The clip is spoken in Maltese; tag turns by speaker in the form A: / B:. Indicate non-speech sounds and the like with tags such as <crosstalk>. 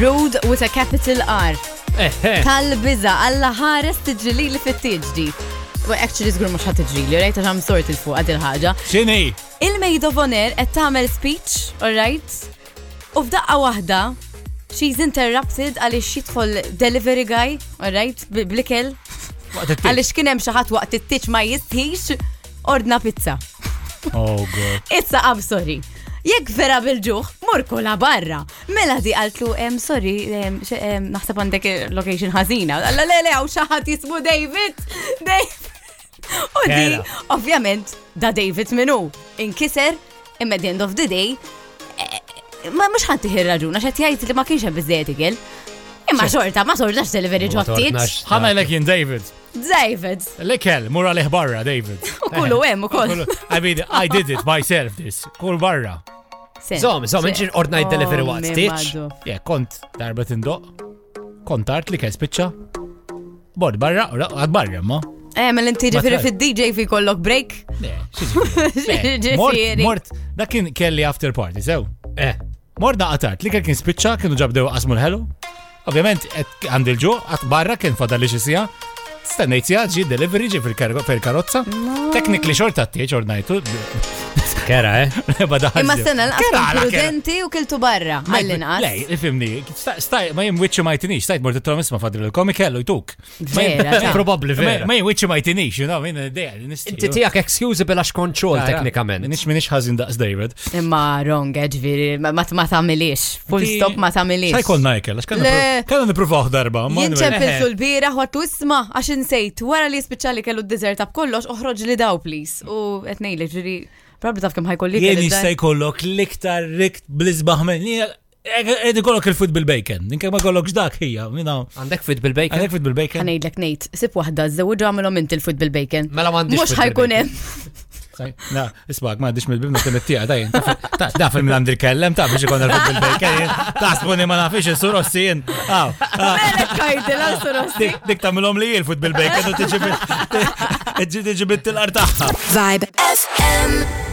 A: Rude with a capital R.
B: Eħe,
A: Tal-biza, alla ħares tiġri li fit-tiġri. Well, actually, zgur mux ħat tiġri li, rejta ġam sort il-fuq għad il-ħagġa.
B: xini?
A: Il-Maid of Honor qed tagħmel speech, alright? U f'daqqa waħda, she's interrupted għaliex jidħol delivery guy, alright? bi- Blikel,
B: Waqt it-tip.
A: għaliex kien hemm xi ħadd waqt it-titx ma jistħix ordna pizza.
B: Oh, God.
A: Issa qab sorry. Jekk vera bil-ġuħ, morku la barra. Mela di għaltlu, em, sorry, em, xe- em, naħseb għandek location ħażina. Alla le le, għaw xaħat jismu David. David. U di,
B: Kera.
A: ovvjament, da David minu. Inkiser, imma the end of the day, eh, ma mux ħanti raġuna xed jgħid li ma kienx hemm biżejjed ikel. Imma xorta, ma sortax delivery ġottit.
B: Ħana l jien David.
A: David,
B: L-ekel, mura liħ barra, David.
A: u <laughs> kullu hemm ukoll.
B: Kullu- I mean, I did it myself, this. Kull barra.
A: Sen,
B: Zom, zom,
A: sen.
B: inġin ordnajt delivery
A: Oh,
B: waqt
A: mi
B: stitch.
A: maddu.
B: Yeah, kont darba tindoq. Kont art li kes pitcha. Bord barra, u raq- għad barra, ma?
A: Eh, mill inti
B: Ma Eh,
A: ġifiri
B: tgħid.
A: fil-DJ fi kollok break.
B: Le,
A: <laughs>
B: <laughs> xieġi. Le, Mort,
A: Ġifieri.
B: mort, dak kien kelli after party, sew. Eh, mort da għatart, li kien spiċċa, kienu ġabdew qasmu l-ħelu. Ovvjament, et għandil ġu, għat barra kien fadal li xisija. Stennejt sija, ġi delivery, ġi fil-kargo- fil-karozza. Teknikli xorta t-tieċ, <laughs> ornajtu.
C: Kera, eh?
B: Imma
A: Imma s-sena l-qas
B: l
A: prudenti u kiltu barra. Għallinqas.
B: Lej, fimni, sta- staj, ma jem wicċi ma jtinix, stajt morti t-trom isma fadri l-komik, kellu jtuk. Ma jien-
A: Vera, ta.
C: Probabli vera.
B: Ma jem wicċi ma jtinix, you know, uh, minn d-dija,
C: Inti tijak excusable għax kontrol teknikament.
B: Nix minix ħazin daqs David.
A: Imma Eh, wrong, ġifiri, ma ma- ma tamilix. Full
B: Ti-
A: stop ma tamilix.
B: Xaj kol najkel, għax
A: Le.
B: kanna niprufaw darba. ma nwe-
A: Jinċempiltu l-bira, għattu isma, għax insejt, wara li spiċali kellu d-desert ta' kollox, uħroġ oh, li daw, please. U etnej li ġiri, probabli taf kem ħajkolli.
B: Jien jistaj kollok liktar rikt blizbaħ men. Edi kollok il-fut bil-bacon. Inkek ma kollokx dak hija, minna.
C: Għandek fit bil-bacon?
B: Għandek fut bil-bacon?
A: Għanajdlek nejt, sib wahda, zewġu għamilom inti l-food bil-bacon.
C: Mela m'għandix
A: Mux
C: food bil-bacon.
A: ħajkunem. <laughs>
B: Saj, Na, isbaq, ma għaddix mill-bibna t-mettija, daj, ta' fil minn għandir kellem, ta' biex ikon għal-fut bil-bacon, ta' sponi ma nafix il-surossi jien. Aw, aw,
A: Mela kajdi, l-għasrosti.
B: Dik dik tamilom li <laughs> il-fut bil-bacon u tiġi bit- tiġi- tiġi bit-tilqar taħħa.
D: Vibe FM.